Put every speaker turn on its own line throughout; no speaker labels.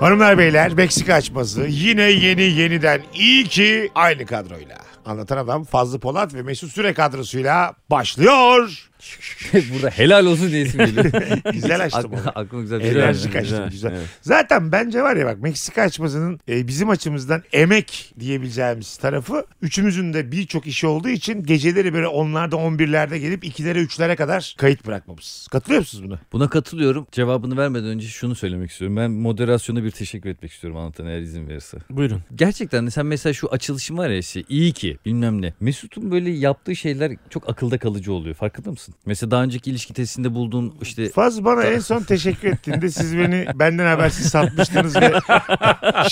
Hanımlar beyler Meksika açması yine yeni yeniden iyi ki aynı kadroyla. Anlatan adam Fazlı Polat ve Mesut Süre kadrosuyla başlıyor.
Burada helal olsun diye isim geliyor.
Güzel açtım onu.
Ak- aklıma güzel bir şey
Enerji
geldi.
kaçtı güzel.
Güzel, evet.
Zaten bence var ya bak Meksika açmasının e, bizim açımızdan emek diyebileceğimiz tarafı üçümüzün de birçok işi olduğu için geceleri böyle onlarda 11'lerde gelip 2'lere 3'lere kadar kayıt bırakmamız. Katılıyor musunuz buna?
Buna katılıyorum. Cevabını vermeden önce şunu söylemek istiyorum. Ben moderasyona bir teşekkür etmek istiyorum anlatan eğer izin verirse.
Buyurun.
Gerçekten de sen mesela şu açılışın var ya işte iyi ki bilmem ne. Mesut'un böyle yaptığı şeyler çok akılda kalıcı oluyor. Farkında mısın? Mesela daha önceki ilişki testinde bulduğun işte
Faz bana en son teşekkür ettiğinde siz beni benden habersiz satmıştınız ve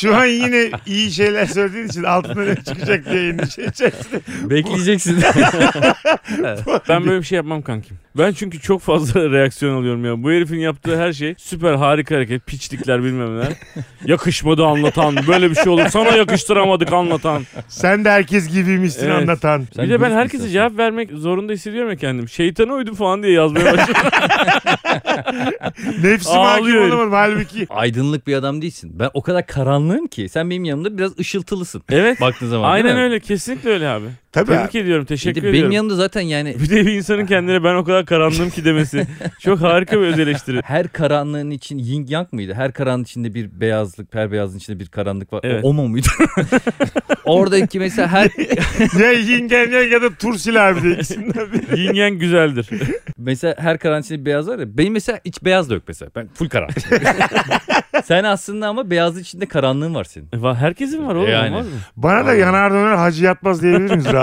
şu an yine iyi şeyler söylediğin için altında ne çıkacak diye şey endişeleyeceksin.
bekleyeceksin.
Ben böyle bir şey yapmam kankim. Ben çünkü çok fazla reaksiyon alıyorum ya. Bu herifin yaptığı her şey süper harika hareket. Piçlikler bilmem neler. Yakışmadı anlatan. Böyle bir şey olur. Sana yakıştıramadık anlatan.
Sen de herkes gibiymişsin
Evet.
anlatan.
Sen
bir de ben
dürüst
herkese
insansın.
cevap vermek zorunda hissediyorum ya kendim. Şeytana uydum falan diye yazmaya başladım.
Nefsime hakim
Ağlıyor herif.
olamadım halbuki.
Aydınlık bir adam değilsin. Ben o kadar karanlığım ki sen benim yanımda biraz ışıltılısın.
evet.
Baktığın zaman değil
Aynen
mi?
öyle. Kesinlikle öyle abi.
Tabii abi.
Tebrik ediyorum.
Bir de
Teşekkür
benim
ediyorum.
yanımda zaten yani
Bir de bir insanın kendine ben o kadar karanlığım ki demesi. Çok harika bir öz eleştiri.
her karanlığın için yin yang mıydı? Her karanlığın içinde bir beyazlık, her beyazın içinde bir karanlık var.
Evet.
O, omo muydu? Oradaki mesela her
ya yingen ya ya da Tursil abi diye ikisinden biri.
Yin yang güzeldir.
mesela her karanlığın içinde bir beyaz var ya. Benim mesela hiç beyaz da yok mesela. Ben full karanlık. Sen aslında ama beyazın içinde karanlığın var senin.
E, Va- Herkesin var oğlum.
Yani.
Olmaz mı?
Bana da yanar döner hacı yatmaz diyebilir miyiz rahat?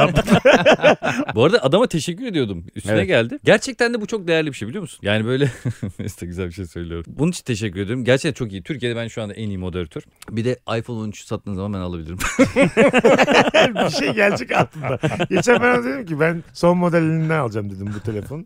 Bu arada adama teşekkür ediyordum. Üstüne
Evet.
geldi. Gerçekten de bu çok değerli bir şey biliyor musun? Yani böyle neyse güzel bir şey söylüyorum. Bunun için teşekkür ediyorum. Gerçekten çok iyi. Türkiye'de ben şu anda en iyi moderatör. Bir de iPhone 13 sattığın zaman ben alabilirim.
bir şey gelecek altında. Geçen ben ona dedim ki ben son modelinden alacağım dedim bu telefon.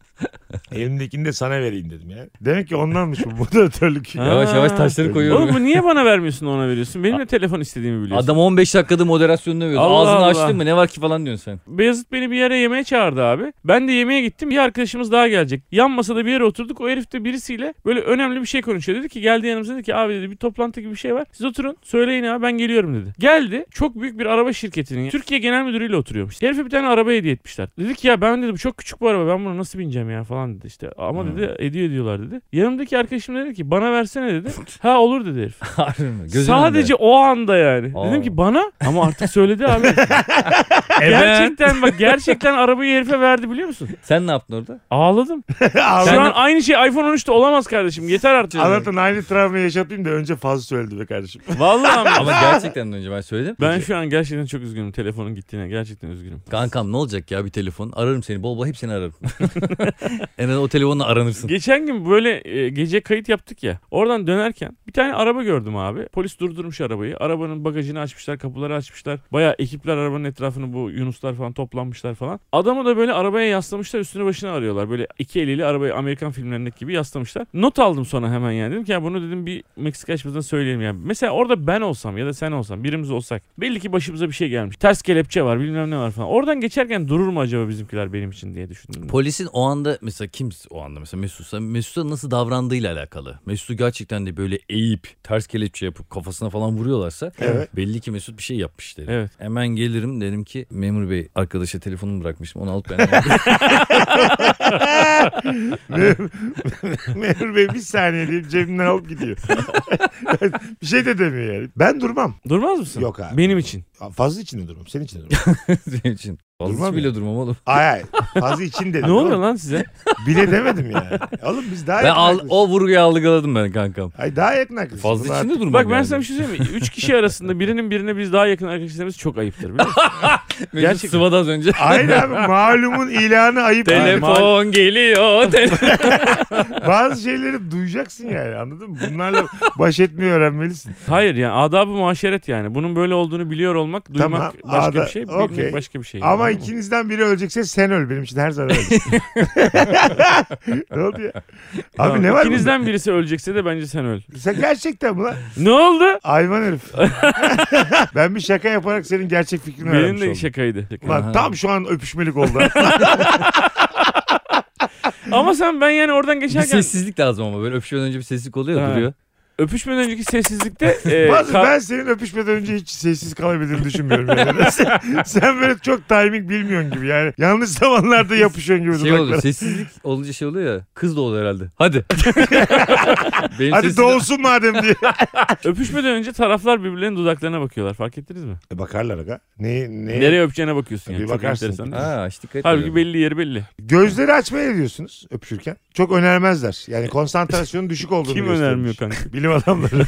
Elimdekini de sana vereyim dedim ya. Demek ki ondanmış bu moderatörlük.
Ha.
yavaş yavaş taşları koyuyorum.
Oğlum bu niye bana vermiyorsun ona veriyorsun? Benim de telefon istediğimi biliyorsun.
Adam 15 dakikada moderasyonunu övüyordu.
Allah
Ağzını
Allah.
açtın mı ne var ki falan diyorsun sen.
Beyazıt beni bir yere yemeğe çağırdı abi. Ben de yemeğe gittim. Bir arkadaşımız daha gelecek. Yan masada bir yere oturduk. O herif de birisiyle böyle önemli bir şey konuşuyor. Dedi ki geldi yanımıza dedi ki abi dedi bir toplantı gibi bir şey var. Siz oturun söyleyin abi ben geliyorum dedi. Geldi çok büyük bir araba şirketinin Türkiye genel müdürüyle oturuyormuş. Herife bir tane araba hediye etmişler. Dedi ki ya ben dedi bu çok küçük bu araba ben bunu nasıl bineceğim ya falan dedi işte. Ama
Hmm.
dedi hediye ediyorlar dedi. Yanımdaki arkadaşım dedi ki bana versene dedi. ha olur dedi herif.
Harbi mi? Gözünün
Sadece
önünde.
o anda yani.
Aa.
Dedim ki bana ama artık söyledi abi. gerçekten bak gerçekten arabayı herife verdi biliyor musun?
Sen ne yaptın orada?
Ağladım.
Abi,
Şu an aynı şey iPhone 13'te olamaz kardeşim. Yeter artık.
Anlatan aynı travmayı yaşatayım da önce fazla söyledi be kardeşim.
Vallahi ama.
Ama gerçekten de önce ben söyledim.
Ben şu an gerçekten çok üzgünüm telefonun gittiğine. Gerçekten üzgünüm.
Kankam ne olacak ya bir telefon? Ararım seni bol bol hep seni ararım. en az o telefonla aranırsın.
Geçen gün böyle e, gece kayıt yaptık ya. Oradan dönerken bir tane araba gördüm abi. Polis durdurmuş arabayı. Arabanın bagajını açmışlar, kapıları açmışlar. Bayağı ekipler arabanın etrafını bu Yunuslar falan toplanmışlar falan. Adamı da böyle arabaya yaslamışlar, üstüne başına arıyorlar. Böyle iki eliyle arabayı Amerikan filmlerindeki gibi yaslamışlar. Not aldım sonra hemen yani. Dedim ki ya bunu dedim bir Meksika açmasına söyleyelim yani. Mesela orada ben olsam ya da sen olsam birimiz olsak belli ki başımıza bir şey gelmiş. Ters kelepçe var, bilmem ne var falan. Oradan geçerken durur mu acaba bizimkiler benim için diye düşündüm.
Polisin o anda mesela kim o anda mesela Mesut'sa Mesut'a nasıl davrandığıyla alakalı. Mesut'u gerçekten de böyle eğip ters kelepçe yapıp kafasına falan vuruyorlarsa
Evet.
belli ki Mesut bir şey yapmış derim.
Evet.
Hemen gelirim dedim ki memur bey arkadaşa telefonumu bırakmıştım onu alıp ben
Memur Bey bir saniye deyip cebimden alıp gidiyor. bir şey de demiyor yani. Ben durmam.
Durmaz mısın?
Yok abi.
Benim için.
Fazla için de durmam. Senin için de durmam.
Senin için.
Durmam
Fazla
ya.
bile durmam oğlum.
Ay ay. Fazla için dedim.
Ne oluyor
oğlum.
lan size?
Bile demedim yani. Oğlum biz daha
Ben
yakın
al,
arkadaşız.
o vurguyu algıladım ben kankam.
Ay daha yakın arkadaşız. Bunu
Fazla içinde durmak
Bak ben
yani.
sana bir şey söyleyeyim mi? Üç kişi arasında birinin birine biz daha yakın arkadaş dememiz çok ayıptır. Biliyor musun?
Mesut
Gerçekten.
sıvadı az önce.
Aynen abi malumun ilanı ayıp.
Telefon geliyor. Telefon.
Bazı şeyleri duyacaksın yani anladın mı? Bunlarla baş etmeyi öğrenmelisin.
Hayır yani adab-ı muaşeret yani. Bunun böyle olduğunu biliyor olmak, duymak
Tamam,
başka
ada-
bir şey, bilmek
okey.
başka bir şey.
Ama
Anladın mı?
ikinizden biri ölecekse sen öl benim için her zaman öl. ne oldu ya? Abi
Tamam,
ne var İkinizden...
İkinizden birisi ölecekse de bence sen öl.
Sen gerçekten mi lan?
Ne oldu?
Hayvan herif. ben bir şaka yaparak senin gerçek fikrini
Benim
öğrenmiş
de
oldum.
şakaydı.
Lan tam şu an öpüşmelik oldu.
Ama sen ben yani oradan
bir
geçerken...
sessizlik lazım ama böyle öpüşmeden önce bir sessizlik oluyor
şey Ha.
duruyor.
öpüşmeden önceki sessizlikte e,
Bazı-
ka-
ben senin öpüşmeden önce hiç sessiz kalabildiğini düşünmüyorum. Yani. sen, sen böyle çok timing bilmiyorsun gibi yani. Yanlış zamanlarda yapışıyorsun gibi.
Şey
dudaklara.
oluyor sessizlik olunca şey oluyor ya kız da oluyor herhalde. Hadi. Benim
Hadi
sessizlik-
doğulsun madem diye.
öpüşmeden önce taraflar birbirlerinin dudaklarına bakıyorlar. Fark ettiniz mi?
E Bakarlar aga. Ne, ne?
Nereye öpeceğine bakıyorsun yani.
Bir
Çok
bakarsın.
enteresan.
Ha işte dikkat
Halbuki
ediyorum.
belli yeri belli.
Gözleri açmaya ne diyorsunuz öpüşürken? Çok önermezler. Yani konsantrasyonun düşük olduğunu
Kim
göstermiş.
önermiyor kanka?
Bilim adamları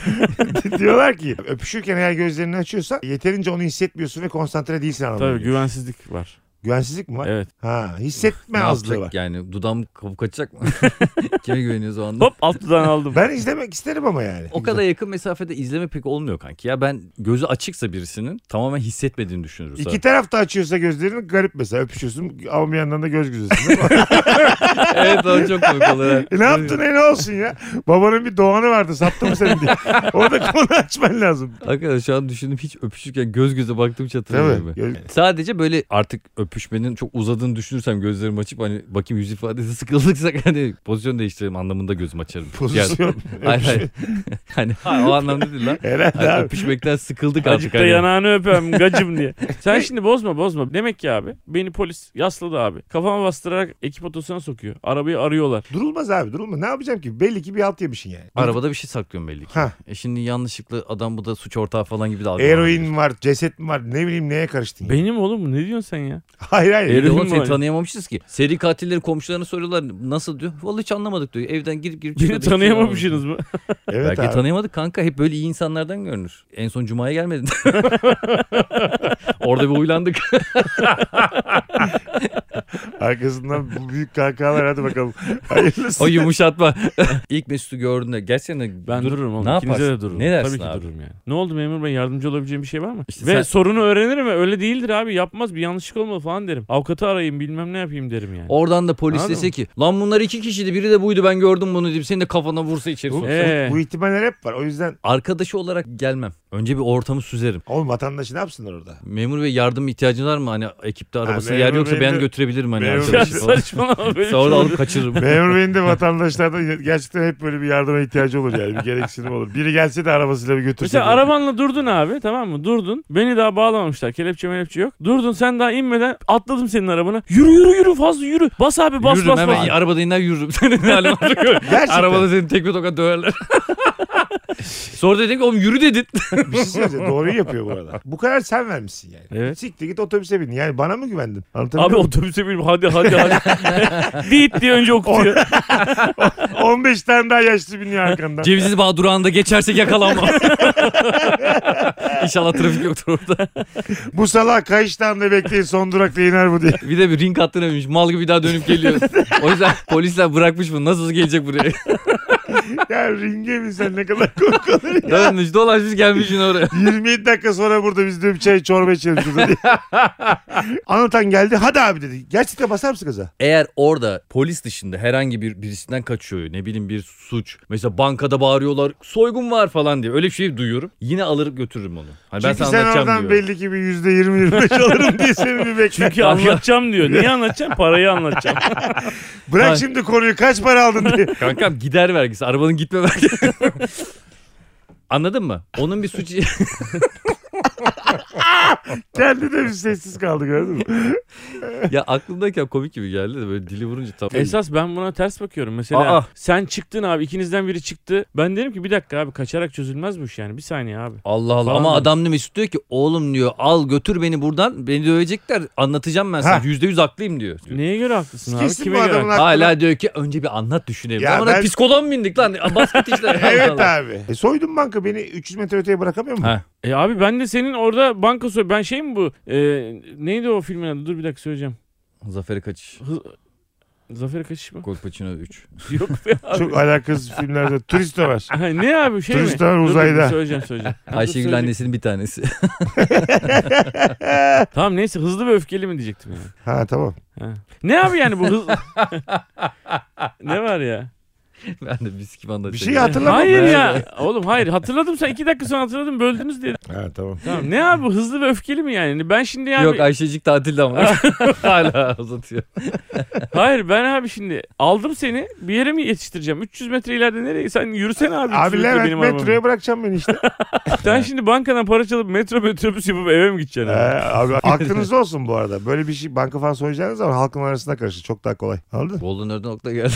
diyorlar ki öpüşürken eğer gözlerini açıyorsa yeterince onu hissetmiyorsun ve konsantre değilsin anlamına
Tabii
geliyor.
güvensizlik var.
Güvensizlik mi var?
Evet.
Ha, hissetme
Ne
azlığı var.
yapacak yani dudam kabuk açacak mı? Kime güveniyoruz o anda?
Hop alt dudağını aldım.
Ben izlemek isterim ama yani.
O kadar yakın mesafede izleme pek olmuyor kanki. Ya ben gözü açıksa birisinin tamamen hissetmediğini düşünürüz.
İki taraf da açıyorsa gözlerini garip mesela öpüşüyorsun ama bir yandan da göz gözesin. değil mi?
evet o çok komik olur.
e ne yaptın e ne olsun ya? Babanın bir doğanı vardı sattı mı seni diye. Orada konu açman lazım.
Arkadaşlar şu an düşündüm hiç öpüşürken göz göze baktım
Değil
çatırmıyor
mi?
be.
Göz-
Sadece böyle artık öpüşmenin çok uzadığını düşünürsem gözlerimi açıp hani bakayım yüz ifadesi sıkıldıksak hani pozisyon değiştirelim anlamında gözüm açarım. Yani,
Pozisyon.
hayır hayır. hani hayır, o anlamda değil lan.
Herhalde
Hani
abi.
öpüşmekten sıkıldık
Azıcık
artık.
da
Hani.
yanağını öpem gacım diye. Sen şimdi bozma bozma. Demek ki abi beni polis yasladı abi. Kafama bastırarak ekip otosuna sokuyor. Arabayı arıyorlar.
Durulmaz abi durulmaz. Ne yapacağım ki? Belli ki bir alt yemişsin yani.
Arabada bir şey saklıyorum belli ki.
Hah.
E şimdi yanlışlıkla adam bu da suç ortağı falan gibi de algılanıyor.
Eroin mi var, ceset mi var, ne bileyim neye
Hmm.
karıştın? ya?
Benim oğlum mu? Ne diyorsun sen ya?
Hayır hayır.
Bir de
Eroin
oğlum
mi
seni
var?
tanıyamamışız ki. Seri katillerin komşularına soruyorlar nasıl diyor. Vallahi hiç anlamadık diyor. Evden girip girip
Beni
çıkıyorduk.
tanıyamamışsınız mı?
Evet
Belki
abi.
tanıyamadık kanka. Hep böyle iyi insanlardan görünür. En son Cuma'ya gelmedin. Orada bir uylandık.
Arkasından bu büyük kahkahalar hadi bakalım. Hayırlısı.
o yumuşatma. İlk Mesut'u gördüğünde gerçekten de
Ben
dur-
dururum oğlum.
Ne
İkinize
yaparsın?
de dururum.
Ne dersin
Tabii ki
abi?
dururum yani. Ne oldu memur bey yardımcı olabileceğim bir şey var mı?
İşte
Ve
sen-
sorunu öğrenirim ve öyle değildir abi yapmaz bir yanlışlık olmalı falan derim. Avukatı arayayım bilmem ne yapayım derim yani.
Oradan da polis
Anladın
dese ki lan bunlar iki kişiydi biri de buydu ben gördüm bunu deyip seni de kafana vursa içeri
Bu,
soksa.
Ee.
bu ihtimaller hep var. O yüzden
Arkadaşı olarak gelmem. Önce bir ortamı süzerim.
oğlum vatandaşı ne yapsınlar orada?
Memur bey yardım ihtiyacın var mı? Hani ekipte arabası
memur
yer yoksa
beyim de-
ben götürebilirim hani
Memur
Ya
arkadaşı falan.
saçmalama böyle bir şey
Sonra
olur.
alıp kaçırırım.
Memur Bey'in de vatandaşlardan gerçekten hep böyle bir yardıma ihtiyacı olur yani. Bir gereksinim olur. Biri gelse de arabasıyla bir götürse.
Mesela arabanla durdun abi tamam mı? Durdun. Beni daha bağlamamışlar. Kelepçe melepçe yok. Durdun sen daha inmeden atladım senin arabana. Yürü yürü yürü fazla yürü. Bas abi bas
yürürüm
bas
hemen
bas.
arabada iner yürürüm. Senin ne halin var?
Gerçekten.
Arabada seni tek bir tokat döverler. Sonra dedim ki oğlum yürü dedin.
Bir şey söyleyeceğim. Doğruyu yapıyor bu arada. Bu karar sen vermişsin yani.
Evet.
Siktir git otobüse bin. Yani bana mı güvendin?
Abi
Anlatabiliyor muyum?
otobüse bin hadi hadi hadi. Dit diye önce okutuyor.
15 tane daha yaşlı biniyor arkandan.
Cevizli Bağ durağında geçersek yakalanma. İnşallah trafik yoktur orada.
bu salak kayıştan da bekleyin son durakta iner bu diye.
Bir de bir ring hattına binmiş. Mal gibi bir daha dönüp geliyor. O yüzden polisler bırakmış bunu. Nasıl gelecek buraya?
Ya ringe mi sen ne kadar komik olur ya.
Dönmüş dolaşmış gelmiş yine oraya.
27 dakika sonra burada biz de bir çay çorba içelim şurada diye. Anlatan geldi hadi abi dedi. Gerçekten basar mısın gaza?
Eğer orada polis dışında herhangi bir birisinden kaçıyor ne bileyim bir suç mesela bankada bağırıyorlar soygun var falan diye öyle bir şey duyuyorum yine alırıp götürürüm onu. Hani ben
Çünkü
sana
sen
anlatacağım
oradan
diyorum.
belli ki bir %20-25 alırım diye seni bir bekle.
Çünkü anlatacağım diyor. Niye anlatacağım? Parayı anlatacağım.
Bırak
Ay.
şimdi konuyu kaç para aldın diye.
Kankam gider vergisi arabanın gitme vergisi. Anladın mı? Onun bir suçu
Kendi de bir sessiz kaldı gördün mü?
ya aklımdayken komik gibi geldi de böyle dili vurunca tam.
Esas ben buna ters bakıyorum. Mesela
Aa.
sen çıktın abi ikinizden biri çıktı. Ben dedim ki bir dakika abi kaçarak çözülmez bu iş yani. Bir saniye abi.
Allah Allah
Falan
ama
dedim.
adam ne Mesut diyor ki oğlum diyor al götür beni buradan beni dövecekler anlatacağım ben sana
Ha.
%100 haklıyım diyor.
Neye göre haklısın abi?
Kesin
Kime
bu
göre?
adamın
haklısın?
aklına...
Hala diyor ki önce bir anlat düşünelim.
Ya
Ama
ben-
psikoloğa mı bindik lan? Basket işte.
Evet
Allah.
abi. E soydun banka beni 300 metre öteye bırakamıyor mu?
Ha.
E abi ben de senin orada banka soy... Ben şey mi bu? E, neydi o filmin adı? Dur bir dakika söyleyeceğim.
Zafer'i kaçış.
Zafer Kaçış mı?
Kolpaçino 3.
Yok be abi.
Çok alakasız filmlerde. Turist de var.
Ha, ne abi şey mi?
Turistler
Dur, dur,
uzayda.
söyleyeceğim söyleyeceğim.
Ayşegül
annesi.
annesinin bir tanesi.
Tamam neyse hızlı ve öfkeli mi diyecektim yani.
Ha tamam.
Ha. Ne abi yani bu hız... ne var ya?
ben de biz gibi
Bir
anlatacağım.
şey hatırlamam.
Hayır ya. Oğlum hayır hatırladım sen iki dakika sonra hatırladım böldünüz diye.
Ha tamam.
Tamam ne abi bu, hızlı ve öfkeli mi yani? Ben şimdi yani
Yok Ayşecik tatilde ama hala uzatıyor.
hayır ben abi şimdi aldım seni bir yere mi yetiştireceğim? 300 metre ileride nereye? Sen yürüsene abi. 300
Abi
metre
Levent
benim arabamı.
metroya bırakacağım beni işte.
Sen şimdi bankadan para çalıp metro metrobüs yapıp eve mi gideceksin?
Ee,
abi?
abi aklınızda olsun bu arada. Böyle bir şey banka falan soyacağınız zaman halkın arasında karışır. Çok daha kolay. Anladın?
Boldan nereden nokta geldi.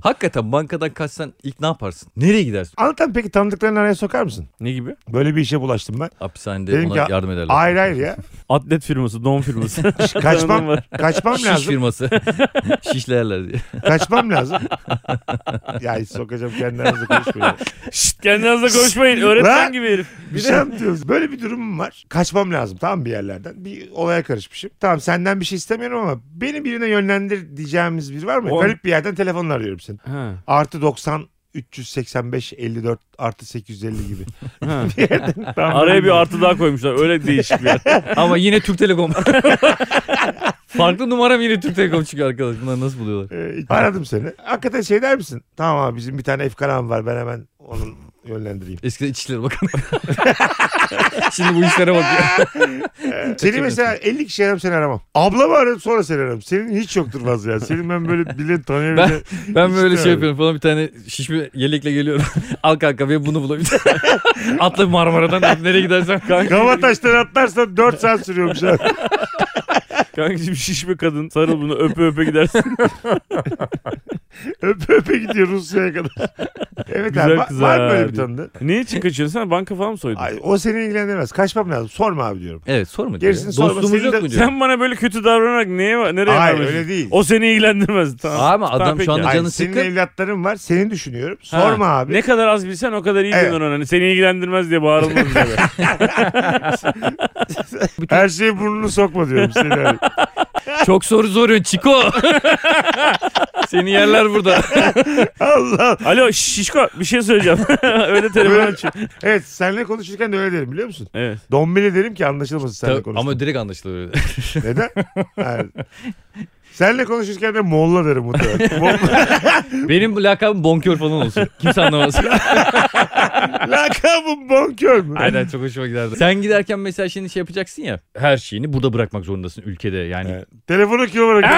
Hakikaten bankadan kaçsan ilk ne yaparsın? Nereye gidersin?
Anlatan peki tanıdıklarını araya sokar mısın?
Ne gibi?
Böyle bir işe bulaştım ben.
Hapishanede
Dedim
ona
ki,
yardım ederler.
Hayır hayır ya.
Atlet firması, don firması. Tanıdığım
Kaçmam,
var.
kaçmam
Şiş
lazım.
firması. Şişlerler diye.
Kaçmam lazım. ya hiç sokacağım kendi aranızda konuşmayın.
Şşt kendinizle konuşmayın. Öğretmen
Lan!
gibi herif.
Bir şey anlatıyoruz. Böyle bir durumum var. Kaçmam lazım tamam mı bir yerlerden. Bir olaya karışmışım. Tamam senden bir şey istemiyorum ama beni birine yönlendir diyeceğimiz biri var mı?
Oğlum.
Garip bir yerden telefonla arıyorum seni.
Ha,
Artı 90 385 54 artı 850 gibi.
ha.
Bir yerden- tamam,
Araya bir
bilmiyorum.
artı daha koymuşlar. Öyle değişik bir yer.
Ama yine Türk Telekom. Farklı numaram yine Türk Telekom çıkıyor arkadaş. Bunları nasıl buluyorlar?
Ee, aradım seni. Hakikaten şey der misin? Tamam abi bizim bir tane efkanam var ben hemen onu yönlendireyim.
Eskiden İçişleri Bakanı. Şimdi bu işlere bakıyor.
Ee, Seni mesela 50 kişi aram seni aramam. Ablamı ararım sonra seni ararım. Senin hiç yoktur fazla ya. Senin ben böyle bile tanıyabileceğim.
Ben böyle
İşte
şey
öyle.
yapıyorum falan bir tane şişme yelekle geliyorum. Al kanka ben bunu bulabilirim. Atla Marmara'dan nereye gidersen kanka.
Kavataştan atlarsan 4 saat sürüyormuş abi.
Kankacığım şişme kadın. Sarıl bunu öpe öpe gidersin.
öpe öpe gidiyor Rusya'ya kadar. Evet
Güzel
abi va-
kız
var mı
abi.
böyle bir tanıdığın?
ne için kaçıyorsun sen? Banka falan mı soydun?
Ay, o seni ilgilendirmez. Kaçmam lazım. Sorma abi diyorum.
Evet sorma diyor.
Gerisini
ya.
sorma.
Dostluğumuz
Senin
yok
de-
mu diyor.
Sen bana böyle kötü davranarak neye, nereye
Hayır
varmışsın?
öyle değil.
O seni ilgilendirmez. Tamam.
Ama
Tamam,
adam
peki.
şu anda
Ay,
Hayır,
canı
senin
sıkkın.
evlatların var. Seni düşünüyorum.
Ha,
Sorma abi.
Ne kadar az bilsen o kadar iyi
Evet.
bilir ona. Hani Seni ilgilendirmez diye bağırılmaz. bize.
Her şeyi burnunu sokma diyorum seni. abi.
Çok soru soruyor Çiko. Seni yerler burada.
Allah.
Alo şişko bir şey söyleyeceğim. öyle telefon
Böyle-
açıyor.
Evet seninle konuşurken de öyle derim biliyor musun?
Evet.
Dombili derim ki anlaşılmasın seninle
Tabii,
konuşurken.
ama direkt anlaşılıyor.
Neden? Yani, seninle konuşurken de Molla derim muhtemelen. Molla.
Benim lakabım bonkör falan olsun. Kimse anlamaz.
Lakabım bonkör mü?
Aynen çok hoşuma giderdi. Sen giderken mesela şimdi şey yapacaksın ya. Her şeyini burada bırakmak zorundasın ülkede. Yani
Evet. Telefonu kim olarak?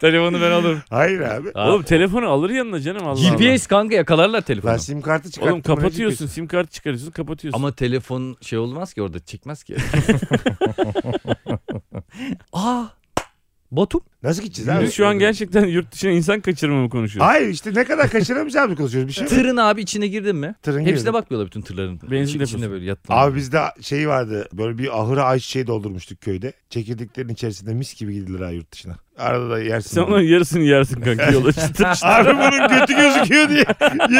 telefonu ben alırım.
Hayır abi.
Aa.
Oğlum telefonu alır yanına canım Allah Allah.
GPS kanka yakalarlar telefonu.
Lan sim kartı çıkarttım.
Oğlum kapatıyorsun sim kartı çıkarıyorsun kapatıyorsun.
Ama telefon şey olmaz ki orada çekmez ki. Aa Batum.
Nasıl gideceğiz abi?
Biz şu an gerçekten yurt dışına insan kaçırma mı konuşuyoruz?
Hayır işte ne kadar kaçıramayacağımızı konuşuyoruz. Bir şey yok.
Tırın abi içine girdin mi?
Tırın
Hepsine
girdi.
bakmıyorlar bütün tırların.
Benzin
İçi-
deposu.
İçinde böyle yattın.
Abi bizde şey vardı böyle bir ahıra ayçiçeği doldurmuştuk köyde. Çekirdeklerin içerisinde mis gibi gidilir ha yurt dışına. Arada da yersin.
Sen onun yarısını yersin kanka yola çıtır çıtır.
Abi bunun götü gözüküyor diye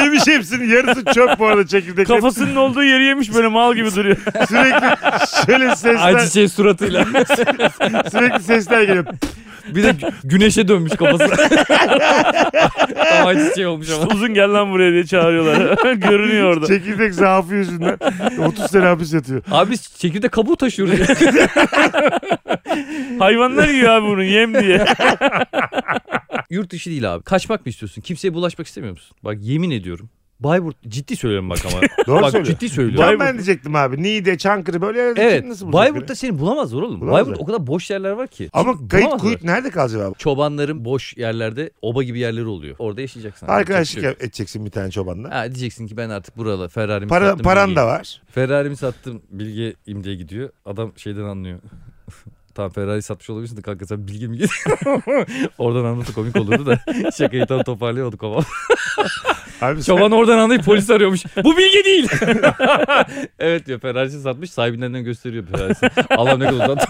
yemiş hepsini. Yarısı çöp bu arada çekirdek.
Kafasının olduğu yeri yemiş böyle mal gibi duruyor.
Sürekli şöyle sesler,
Ayçiçeği suratıyla.
sürekli sesler geliyor.
bir de gü- güneşe dönmüş kafası. Tam ayçiçeği olmuş ama.
Uzun gel lan buraya diye çağırıyorlar. Görünüyor orada.
Çekirdek zaafı yüzünden 30 sene hapis yatıyor.
Abi biz çekirdek kabuğu taşıyoruz.
Şey-
Hayvanlar yiyor abi bunu yem diye.
Yurt dışı değil abi. Kaçmak mı istiyorsun? Kimseye bulaşmak istemiyor musun? Bak yemin ediyorum. Bayburt ciddi söylüyorum bak ama.
Doğru
bak
söylüyor.
ciddi söylüyorum.
Tam
Bayburt.
ben diyecektim abi. Niğde, Çankırı böyle yerlerde
Evet.
kim nasıl bulacak
Bayburt'ta
biri?
seni bulamazlar oğlum.
Bulamazlar.
Bayburt o kadar boş yerler var ki.
Ama
Çünkü
kayıt
bulamazlar.
kuyut nerede kalacak abi?
Çobanların boş yerlerde oba gibi yerleri oluyor. Orada yaşayacaksın. abi.
Arkadaşlık
Yapacak bir şey yok.
edeceksin bir tane çobanla.
Ha, diyeceksin ki ben artık buralı Ferrari'mi
Para,
sattım.
paran
Bilge.
da var.
Ferrari'mi sattım Bilge imdiye gidiyor. Adam şeyden anlıyor. tamam Ferrari satmış olabilirsin de kanka sen Bilge mi Oradan anlatı komik olurdu da şakayı tam toparlayamadık ama.
Abi sen-
Çoban oradan anlayıp polis arıyormuş. Bu Bilge değil. evet diyor Ferrari'si satmış sahibinden de gösteriyor Ferrari'sini. Allah ne kadar uzattı.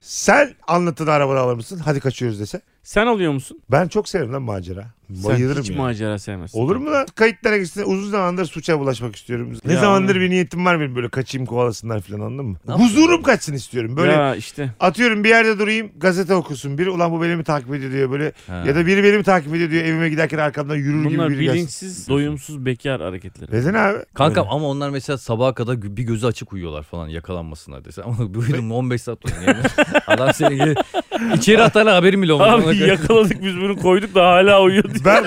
Sen anlatın arabanı alır mısın? Hadi kaçıyoruz dese.
Sen alıyor musun?
Ben çok severim lan macera.
Sen
Bayılırım
hiç
ya.
macera sevmezsin.
Olur mu lan? Kayıtlara gitsin. Uzun zamandır suça bulaşmak istiyorum. Ne
Ya
zamandır
anladım.
bir niyetim var benim böyle kaçayım kovalasınlar falan anladın mı?
Ne
Huzurum kaçsın istiyorum. Böyle
Ya işte.
atıyorum bir yerde durayım gazete okusun. Biri ulan bu beni mi takip ediyor diyor böyle. Ya da biri beni mi takip ediyor diyor evime giderken arkamdan yürür
Bunlar
gibi E, biri gelsin.
bilinçsiz, doyumsuz bekar hareketleri.
Neden abi?
Kankam ama onlar mesela sabaha kadar gü- bir gözü açık uyuyorlar falan yakalanmasınlar desen. Ama bu herif 15 saat uyuyor. Adam seni gel- içeri atarlar haberim bile olmaz.
Abi yakaladık biz bunu koyduk da hala uyuyor diye.
Ben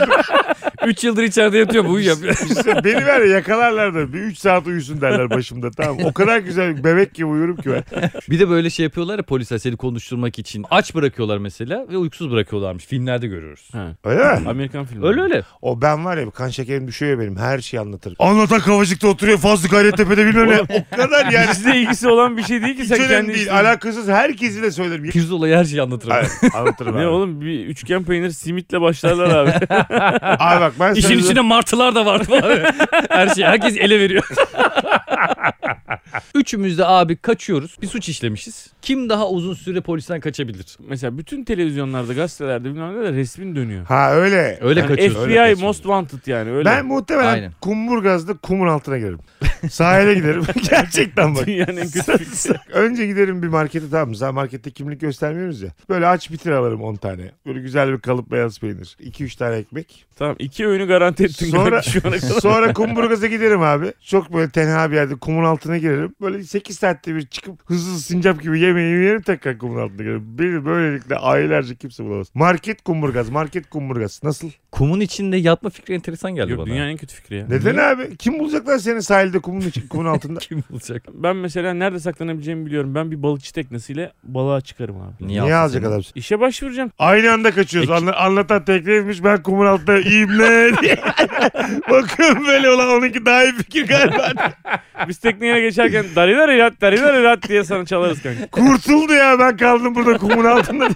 3 yıldır içeride yatıyor bu uyuyor.
işte beni ver ya yakalarlar da bir 3 saat uyusun derler başımda tamam. O kadar güzel bebek gibi uyurum ki ben.
bir de böyle şey yapıyorlar ya polisler seni konuşturmak için. Aç bırakıyorlar mesela ve uykusuz bırakıyorlarmış. Filmlerde görüyoruz.
Ha,
Öyle mi?
Amerikan filmi.
Öyle öyle.
O ben var ya kan şekerim düşüyor ya benim her şeyi anlatırım. Anlatan Kavacık'ta oturuyor Fazlı Gayrettepe'de bilmem ne. O kadar yani.
Bizle ilgisi olan bir şey değil ki
Hiç
sen
önemli
kendi
değil.
işin-
Alakasız herkesi de söylerim.
Pirzola her şeyi anlatırım.
Hayır, anlatırım abi.
Ne oğlum bir üçgen peynir simitle başlarlar abi.
Abi bak ben
İşin
sana-
içinde martılar da var falan. Her şey herkes ele veriyor. Üçümüz de abi kaçıyoruz. Bir suç işlemişiz. Kim daha uzun süre polisten kaçabilir?
Mesela bütün televizyonlarda, gazetelerde bilmem ne de resmin dönüyor.
Ha öyle.
Öyle
Yani
kaçıyoruz.
FBI
Öyle kaçıyoruz.
Most Wanted yani öyle.
Ben muhtemelen
Aynen.
Kumburgaz'da kumun altına girerim. Sahile giderim. Gerçekten bak.
dünyanın en kötü fikri.
Önce giderim bir markete tamam mı? Zaten markette kimlik göstermiyoruz ya. Böyle aç bitir alırım 10 tane. Böyle güzel bir kalıp beyaz peynir. 2-3 tane ekmek.
Tamam iki öğünü garanti ettin
Sonra-
kanka şu ana kadar.
Sonra Kumburgaz'a giderim abi. Çok böyle tenha bir yerde kumun altına girerim. Böyle 8 saatte bir çıkıp hızlı sincap gibi yemeğimi yerim tekrar kumun altına girerim. Beni böylelikle ailelerce kimse bulamaz. Market Kumburgaz, market Kumburgaz. Nasıl?
Kumun içinde yatma fikri enteresan geldi
Yok
bana.
dünyanın en kötü fikri ya.
Neden abi? Kim bulacaklar seni sahilde kumun, içi- kumun altında?
Kim bulacak?
Ben mesela nerede saklanabileceğimi biliyorum. Ben bir balıkçı teknesiyle balığa çıkarım abi.
Niye,
alsın
alacak
seni?
adam?
İşe başvuracağım.
Aynı anda kaçıyoruz.
Ek-
Anla- anlatan tekneymiş ben kumun altında imle diye. Bakıyorum böyle olan onunki daha iyi fikir galiba.
Biz tekneye geçerken dariler ilat dariler ilat diye sana çalarız kanka.
Kurtuldu ya ben kaldım burada kumun altında.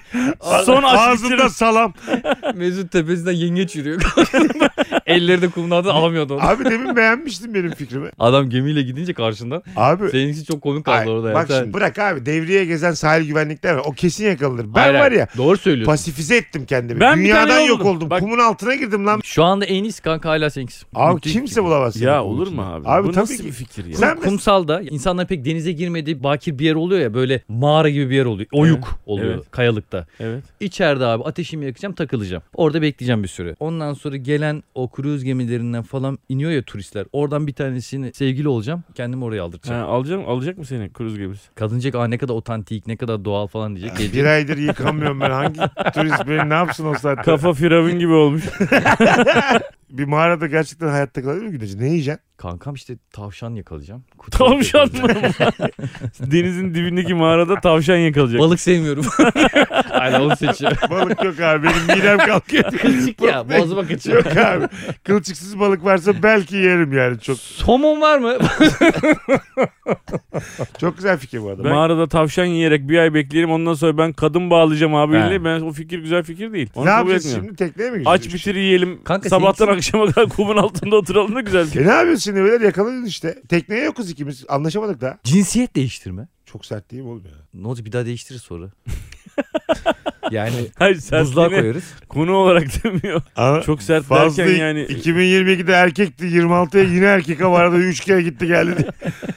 Son aç
Ağzımda
bitirin.
salam.
Mesut tepesinden yengeç yürüyor. Elleri de kumun altında alamıyordu onu.
Abi demin beğenmiştin benim fikrimi.
Adam gemiyle gidince karşından.
Abi.
Şey,
Seninkisi çok komik kaldı
Ay,
orada. ya.
bak
Sen-
şimdi bırak abi devriye gezen sahil güvenlikler var. O kesin yakalanır. Ben
Hayır,
var
hayır.
ya
Doğru söylüyorsun.
pasifize ettim kendimi.
Ben bir
Dünyadan
tane yol
yok
buldum.
oldum.
Bak-
Kumun altına girdim lan.
Şu anda en iyisi kanka hala seninkisi.
Abi
Müthiş
kimse
fikir.
bulamaz seni.
Ya
kumun
olur
içinde.
mu abi?
Abi
Bu
tabii
nasıl
ki.
bir fikir ya?
Sen mesela-
Kumsalda insanlar pek denize girmediği bakir bir yer oluyor ya böyle mağara gibi bir yer oluyor. Oyuk oluyor
evet.
kayalıkta.
Evet.
İçeride abi ateşimi yakacağım takılacağım. Orada bekleyeceğim bir süre. Ondan sonra gelen o kruz gemilerinden falan iniyor ya turistler. Oradan bir tanesini sevgili olacağım. Kendimi oraya
Ha,
aldıracağım.
alacağım, alacak mı seni kruz gemisi?
Kadıncık aa ne kadar otantik ne kadar doğal falan diyecek.
Bir
Geleceğim.
aydır yıkamıyorum ben. Hangi turist beni ne yapsın o saatte?
Kafa firavun gibi olmuş.
Bir mağarada gerçekten hayatta kalabilir mi Güneş? Ne yiyeceksin?
Kankam işte tavşan yakalayacağım. Kutu
Tavşan
yakalayacağım.
mı? Denizin dibindeki mağarada tavşan yakalayacak.
Balık sevmiyorum. Aynen onu seçiyorum.
Balık yok abi. Benim midem kalkıyor.
Kılçık ya boğazıma kaçıyor.
yok abi. Kılçıksız balık varsa belki yerim yani. Çok
Somon var mı?
çok güzel fikir bu adam.
Mağarada tavşan yiyerek bir ay bekleyelim ondan sonra ben kadın bağlayacağım abiyle.
He.
Ben o fikir güzel fikir değil. Onu
ne
kabul
yapacağız
etmiyorum.
şimdi? Tekneye mi
Aç
gireceğiz?
bitir yiyelim.
Kanka
Sabahtan
seninkisi-
akşama kadar kumun altında oturalım da güzel fikir.
E ne yapıyorsun şimdi böyle yakaladın işte. Tekneye yokuz ikimiz. Anlaşamadık da.
Cinsiyet değiştirme.
Çok sert değil mi oğlum ya?
Ne olacak bir daha değiştiririz sonra. yani
Hayır sert
buzluğa
yine
koyarız.
konu olarak demiyor.
Ama
Çok sert
Fazla
derken yani
2022'de erkekti 26'ya yine erkek ama arada 3 kere gitti geldi. diye.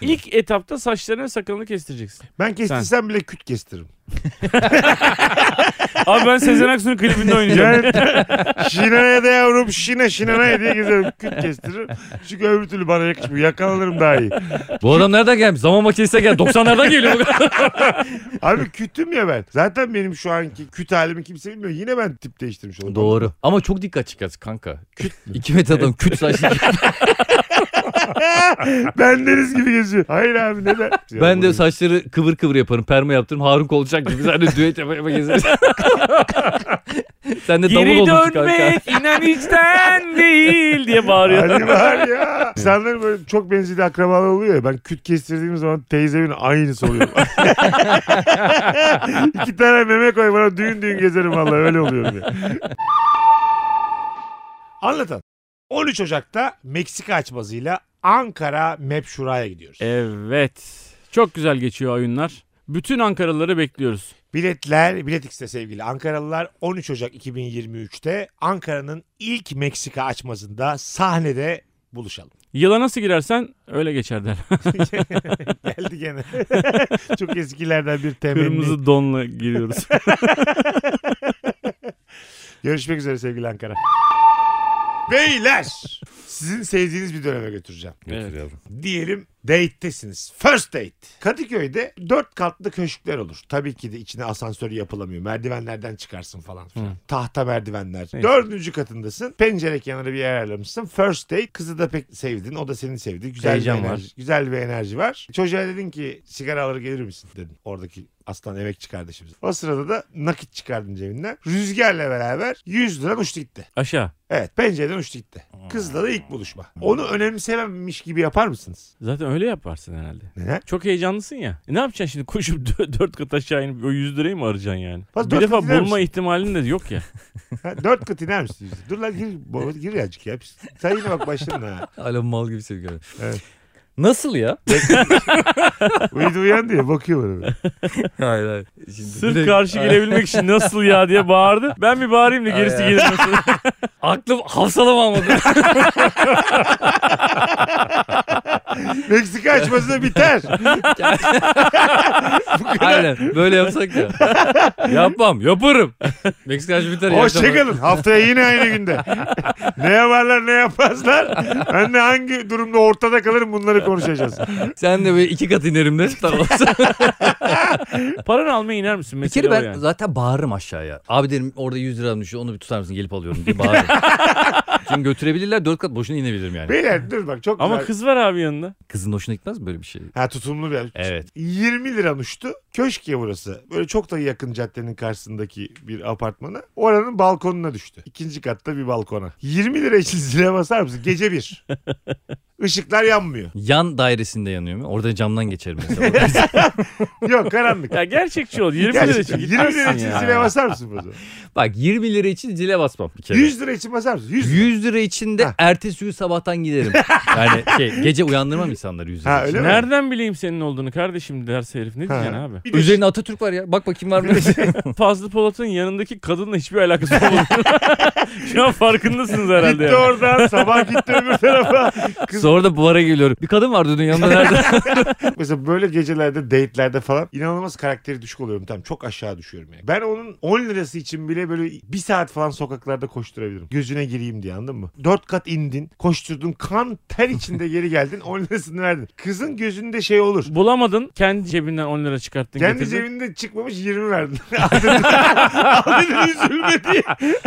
ilk etapta saçlarını sakalını kestireceksin.
Ben kestirsem bile küt kestiririm.
Abi ben Sezen Aksu'nun klibinde oynayacağım.
Yani şinaya da yavrum şine şinaya diye gezerim küt kestiririm. Çünkü öbür türlü bana yakışmıyor yakalanırım daha iyi.
Bu adam nereden gelmiş? Zaman makinesine geldi. 90'lardan geliyor.
Abi kütüm ya ben. Zaten benim şu anki küt halimi kimse bilmiyor. Yine ben tip değiştirmiş oldum.
Doğru. Ama çok dikkat çıkarız kanka. Küt. 2 metre adam küt saçlı.
ben deniz gibi geziyor. Hayır abi neden?
ben de saçları kıvır kıvır yaparım. Perma yaptırırım. Harun olacak gibi. Sen de düet yapa yapa gezeriz. Sen de davul
Geri
olursun kanka.
dönmek inan içten değil diye bağırıyor.
Hadi var ya. İnsanların böyle çok benzeri akrabalar oluyor ya. Ben küt kestirdiğim zaman teyzemin aynısı oluyor. İki tane meme koy bana düğün düğün gezerim vallahi öyle oluyor diye. Anlatan. 13 Ocak'ta Meksika açmazıyla Ankara Mep Şura'ya gidiyoruz.
Evet. Çok güzel geçiyor oyunlar. Bütün Ankaralıları bekliyoruz.
Biletler, Bilet X'te sevgili Ankaralılar 13 Ocak 2023'te Ankara'nın ilk Meksika açmazında sahnede buluşalım.
Yıla nasıl girersen öyle geçer der.
Geldi gene. Çok eskilerden bir temenni.
Kırmızı donla giriyoruz.
Görüşmek üzere sevgili Ankara. Beyler sizin sevdiğiniz bir döneme götüreceğim.
Götür
Evet.
yavrum.
Diyelim date'tesiniz. First date. Kadıköy'de dört katlı köşkler olur. Tabii ki de içine asansörü yapılamıyor. Merdivenlerden çıkarsın falan filan.
Hı.
Tahta merdivenler.
Neyse.
Dördüncü katındasın. Pencere kenarı bir yer ayarlamışsın. First date. Kızı da pek sevdin. O da seni sevdi. Güzel
Heyecan
bir
var.
enerji, Güzel bir enerji var. Çocuğa dedin ki sigara alır gelir misin dedin. Oradaki aslan emekçi kardeşimiz. O sırada da nakit çıkardın cebinden. Rüzgarla beraber 100 liran uçtu gitti.
Aşağı.
Evet pencereden uçtu gitti. Kızla da ilk buluşma. Onu önemsememiş gibi yapar mısınız?
Zaten öyle yaparsın herhalde.
Neden?
Çok heyecanlısın ya. E ne yapacaksın şimdi koşup dö- dört kat aşağı inip o 100 lirayı mı arayacaksın yani?
Bas
bir
dört
defa
kat iner
bulma
misin?
ihtimalin de yok ya.
Ha, dört kat iner misin? yüzde? Dur lan gir, baba, gir azıcık ya. Pis- Sen yine bak başladın ha.
Hala mal gibi sevgi.
Evet.
Nasıl ya?
Uyudu uyan diye bakıyor bana. böyle.
hayır hayır. Şimdi
Sırf
direkt-
karşı
Hayır.
gelebilmek için nasıl ya diye bağırdı. Ben bir bağırayım da gerisi
Ay, ay.
gelirmesin.
Aklım hafsalam almadı.
Meksika açmasına biter.
Aynen böyle yapsak ya. Yapmam yaparım. Meksika bir biter. yaşamam.
Hoşçakalın. Haftaya yine aynı günde. ne yaparlar ne yapmazlar. Ben de hangi durumda ortada kalırım bunları konuşacağız.
Sen de böyle iki kat inerim de. Tamam.
Paranı almaya iner misin?
bir
Mesela
kere ben
yani.
zaten bağırırım aşağıya. Abi derim orada 100 liram düşüyor onu bir tutar mısın gelip alıyorum diye bağırırım. Çünkü götürebilirler dört kat boşuna inebilirim yani.
Beyler dur bak çok
Ama
güzel.
kız var abi yanında.
Kızın hoşuna gitmez mi böyle bir şey?
Ha tutumlu bir.
Evet.
20 lira uçtu. Köşk ya burası. Böyle çok da yakın caddenin karşısındaki bir apartmanı. Oranın balkonuna düştü. İkinci katta bir balkona. 20 lira için zile basar mısın? Gece bir. Işıklar yanmıyor.
Yan dairesinde yanıyor mu? Orada camdan geçerim mesela.
Yok karanlık.
Ya gerçekçi ol. 20 lira
Gerçekten
için
20 lira
gitmezsin
için
ya.
zile basar mısın burada?
Bak 20 lira için zile basmam bir kere.
100 lira için basar mısın? 100 lira.
100 lira için de
Ha.
ertesi gün sabahtan giderim. Yani şey, gece uyandırmam insanları 100 lira
Ha,
için.
öyle mi?
Nereden bileyim senin olduğunu kardeşim derse herif. Ne diyeceksin
Ha.
abi?
Bir de-
Üzerine Atatürk var ya. Bak bakayım var mı?
Fazlı Polat'ın yanındaki kadınla hiçbir alakası olmadı. Şu an farkındasınız herhalde.
Gitti
yani.
oradan sabah gitti öbür tarafa. Kız-
Sonra da buvara geliyorum. Bir kadın vardı dün yanında nerede?
Mesela böyle gecelerde date'lerde falan inanılmaz karakteri düşük oluyorum. Tamam çok aşağı düşüyorum yani. Ben onun 10 lirası için bile böyle bir saat falan sokaklarda koşturabilirim. Gözüne gireyim diye anladın mı? 4 kat indin koşturdun kan ter içinde geri geldin 10 lirasını verdin. Kızın gözünde şey olur.
Bulamadın. Kendi cebinden 10 lira çıkarttın
Kendi
getirdin.
cebinde çıkmamış 20 verdin. Aldın aldın, üzülme diye.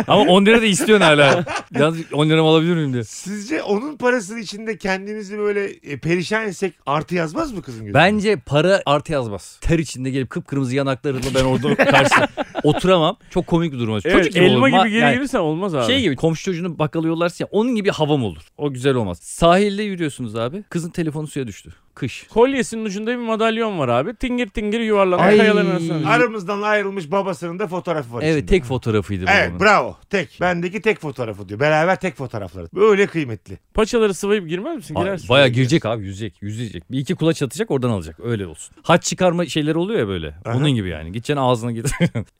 Ama 10 lira da istiyorsun hala. Yalnız 10 liramı alabilir miyim diye.
Sizce onun parasının içinde kendimizi böyle e, perişan etsek artı yazmaz mı kızın gözüne?
Bence para artı yazmaz. Ter içinde gelip kıpkırmızı yanaklarıyla ben orada karşı oturamam. Çok komik bir durum. olur.
Evet,
Çocuk
elma
olurum.
gibi
Ha,
geri
yani
gelirsen olmaz abi.
Şey gibi komşu çocuğunu bakkala yollarsın ya onun gibi havam olur. O güzel olmaz. Sahilde yürüyorsunuz abi. Kızın telefonu suya düştü. Kış.
Kolyesinin ucunda bir madalyon var abi. Tingir tingir yuvarlanan
Ay.
kayaların arasında.
Aramızdan ayrılmış babasının da fotoğrafı var içinde.
Evet tek fotoğrafıydı bu.
Evet
onun.
bravo tek. Bendeki tek fotoğrafı diyor. Beraber tek fotoğrafları. Böyle kıymetli.
Paçaları sıvayıp girmez misin?
Ay,
Girersin.
Bayağı girecek abi yüzecek yüzecek. Bir iki kulaç atacak oradan alacak öyle olsun. Haç çıkarma şeyleri oluyor ya böyle.
Aha.
Onun gibi yani. Gideceksin ağzına git.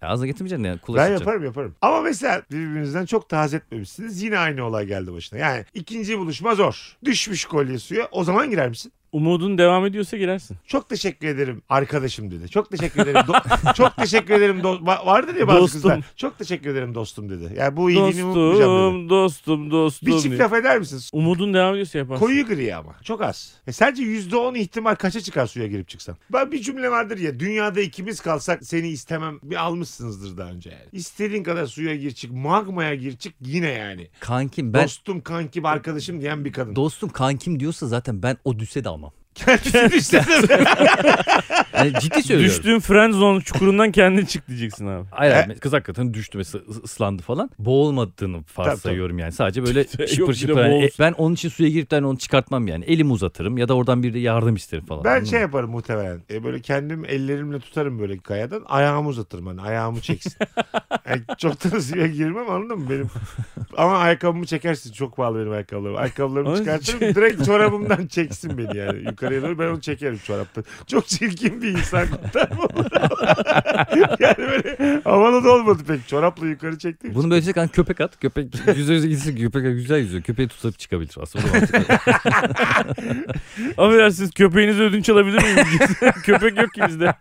ağzına getirmeyeceksin de yani kulaç
ben
atacaksın.
yaparım yaparım. Ama mesela birbirinizden çok taz etmemişsiniz. Yine aynı olay geldi başına. Yani ikinci buluşma zor. Düşmüş kolye suya. O zaman girer misin?
Umudun devam ediyorsa girersin.
Çok teşekkür ederim arkadaşım dedi. Çok teşekkür ederim. do- çok teşekkür ederim. Do- Va- vardır ya bazı
Dostum.
kızlar. Çok teşekkür ederim dostum dedi. Yani bu iyiliğini unutmayacağım dedi.
Dostum, dostum, dostum.
Bir çift
diye.
laf eder misiniz?
Umudun devam ediyorsa yaparsın.
Koyu gri ama. Çok az. E sence %10 ihtimal kaça çıkar suya girip çıksan? Ben bir cümle vardır ya. Dünyada ikimiz kalsak seni istemem. Bir almışsınızdır daha önce yani. İstediğin kadar suya gir çık. Magmaya gir çık yine yani.
Kankim ben
Dostum, kankim, arkadaşım diyen bir kadın.
dostum kankim diyorsa zaten ben o düşse de almam.
Kendisini istemem.
Yani ciddi söylüyorum.
Düştüğün friend zone çukurundan kendin çık diyeceksin abi.
Hayır,
E-
hayır, kız hakikaten düştü mesela ıs- ıslandı falan. Boğulmadığını varsayıyorum yani. Sadece böyle
Yok,
şıpır
bir de
şıpır. Yani
boğulsun.
e, ben onun için suya girip de hani onu çıkartmam yani. Elimi uzatırım ya da oradan bir de yardım isterim falan.
Ben
Anladın
şey
mı?
yaparım muhtemelen. E böyle kendim ellerimle tutarım böyle kayadan. Ayağımı uzatırım hani ayağımı çeksin. Yani çok da suya girmem anladın mı benim? Ama ayakkabımı çekersin. Çok pahalı benim ayakkabılarım. Ayakkabılarımı
Ama-
çıkartırım direkt çorabımdan çeksin beni yani yukarıya doğru ben onu çekerim çorapta. Çok çirkin bir insan kurtarma olur. yani böyle havalı da olmadı pek. Çorapla yukarı çektim.
Bunu böyle şey kan köpek at. Köpek yüze yüze gitsin. Köpek güzel yüzüyor. Köpeği tutup çıkabilir aslında.
Affedersiniz köpeğinizi ödünç alabilir miyim? Köpek yok ki bizde.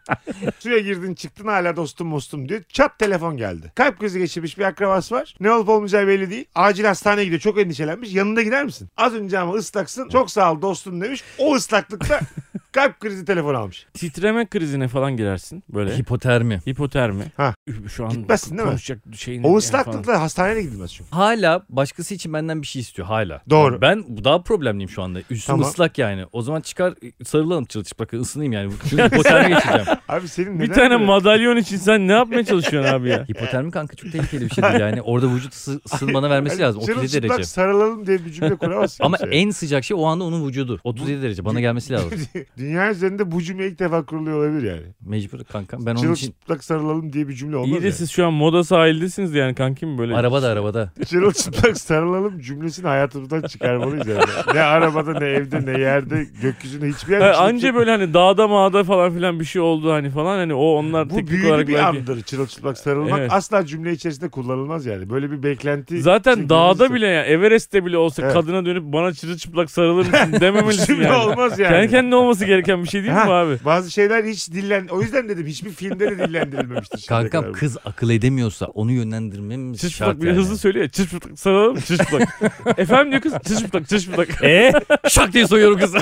Suya girdin çıktın hala dostum mostum diyor. Çat telefon geldi. Kalp krizi geçirmiş bir akrabası var. Ne olup olmayacağı belli değil. Acil hastaneye gidiyor. Çok endişelenmiş. Yanında gider misin? Az önce ama ıslaksın. Çok sağ ol dostum demiş. O ıslaklıkta kalp krizi telefon almış.
Titreme krizine falan girersin böyle.
Hipotermi.
Hipotermi.
Ha.
Üf, Şu an
Gitmezsin değil mi?
konuşacak şeyin.
O ıslaklıkla hastaneye de gidilmez çünkü.
Hala başkası için benden bir şey istiyor hala.
Doğru.
Ben bu daha problemliyim şu anda. Üstüm
Tamam.
ıslak yani. O zaman çıkar sarılalım çırılçıplak ısınayım yani. Çünkü hipotermi geçeceğim.
Abi senin neden
Bir tane
böyle-
madalyon için sen ne yapmaya çalışıyorsun abi ya?
Hipotermi kanka çok tehlikeli bir şey değil yani. Orada vücut ısı, ısınmana vermesi
Hani
lazım. 37
çırılçıplak
derece.
sarılalım diye bir cümle kuramazsın.
Ama
kimseye.
en sıcak şey o anda onun vücudu. 37 derece bana gelmesi lazım.
Dünya üzerinde bu cümle ilk defa kuruluyor olabilir yani.
Mecbur kankam. Ben onun için
Çırılçıplak sarılalım diye bir cümle olmaz
İyi de
yani.
siz şu an moda sahildesiniz yani kankim böyle.
arabada arabada.
Çırılçıplak sarılalım cümlesini hayatımızdan çıkarmalıyız yani. Ne arabada ne evde ne yerde gökyüzünde hiçbir yerde.
Ha,
çırılçıplak-
anca böyle hani dağda mağda falan filan bir şey oldu hani falan hani o onlar
Bu
teknik
büyülü
olarak
bir
belki-
andır çırılçıplak sarılmak.
Evet.
Asla cümle içerisinde kullanılmaz yani. Böyle bir beklenti.
Zaten
Çünkü
dağda
bizim-
bile ya Everest'te bile olsa
Evet.
kadına dönüp bana çırılçıplak sarılır mısın dememelisin
Cümle
yani.
olmaz yani.
Kendi kendine olması gereken bir şey değil mi
Ha.
bu abi?
Bazı şeyler hiç dillen... O yüzden dedim hiçbir filmde de dillendirilmemiştir. şimdiye
Kankam
kadar bu.
kız akıl edemiyorsa onu yönlendirmemiz şart
Çırpıtak bir
yani.
hızlı söylüyor. Çırpıtak sarılalım çırpıtak. Efendim diyor kız çırpıtak çırpıtak.
E şak diye soyuyorum kızı.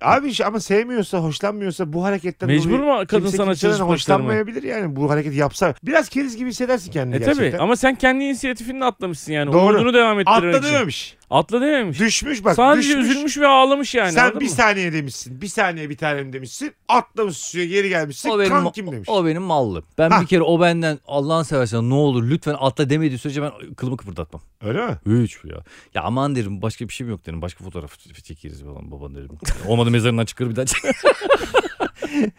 Abi işte ama sevmiyorsa, hoşlanmıyorsa bu hareketten
Mecbur
dolayı
mu kadın
kimse
sana
kimseden
çırpıtak sarılmaya?
hoşlanmayabilir yani bu hareketi yapsa. Biraz keriz gibi hissedersin kendini
E
gerçekten.
tabi ama sen kendi inisiyatifini atlamışsın yani.
Doğru.
Umudunu devam ettirmek
Atla
için.
dememiş.
Atla dememiş.
Düşmüş bak.
şey. Sadece
düşmüş.
üzülmüş ve ağlamış yani.
Sen
anladın
bir
mı?
saniye demişsin. Bir saniye bir tanem demişsin. Atlamış suya geri gelmişsin.
O benim,
Kan kim demiş.
o benim mallı. Ben
Ha.
bir kere o benden Allah'ın seversen ne olur lütfen atla demediği sürece ben kılımı kıpırdatmam.
Öyle mi?
Hiç ya. Ya aman derim başka bir şeyim yok derim. Başka fotoğraf çekeriz falan baban derim. Olmadı mezarından çıkar bir daha çek.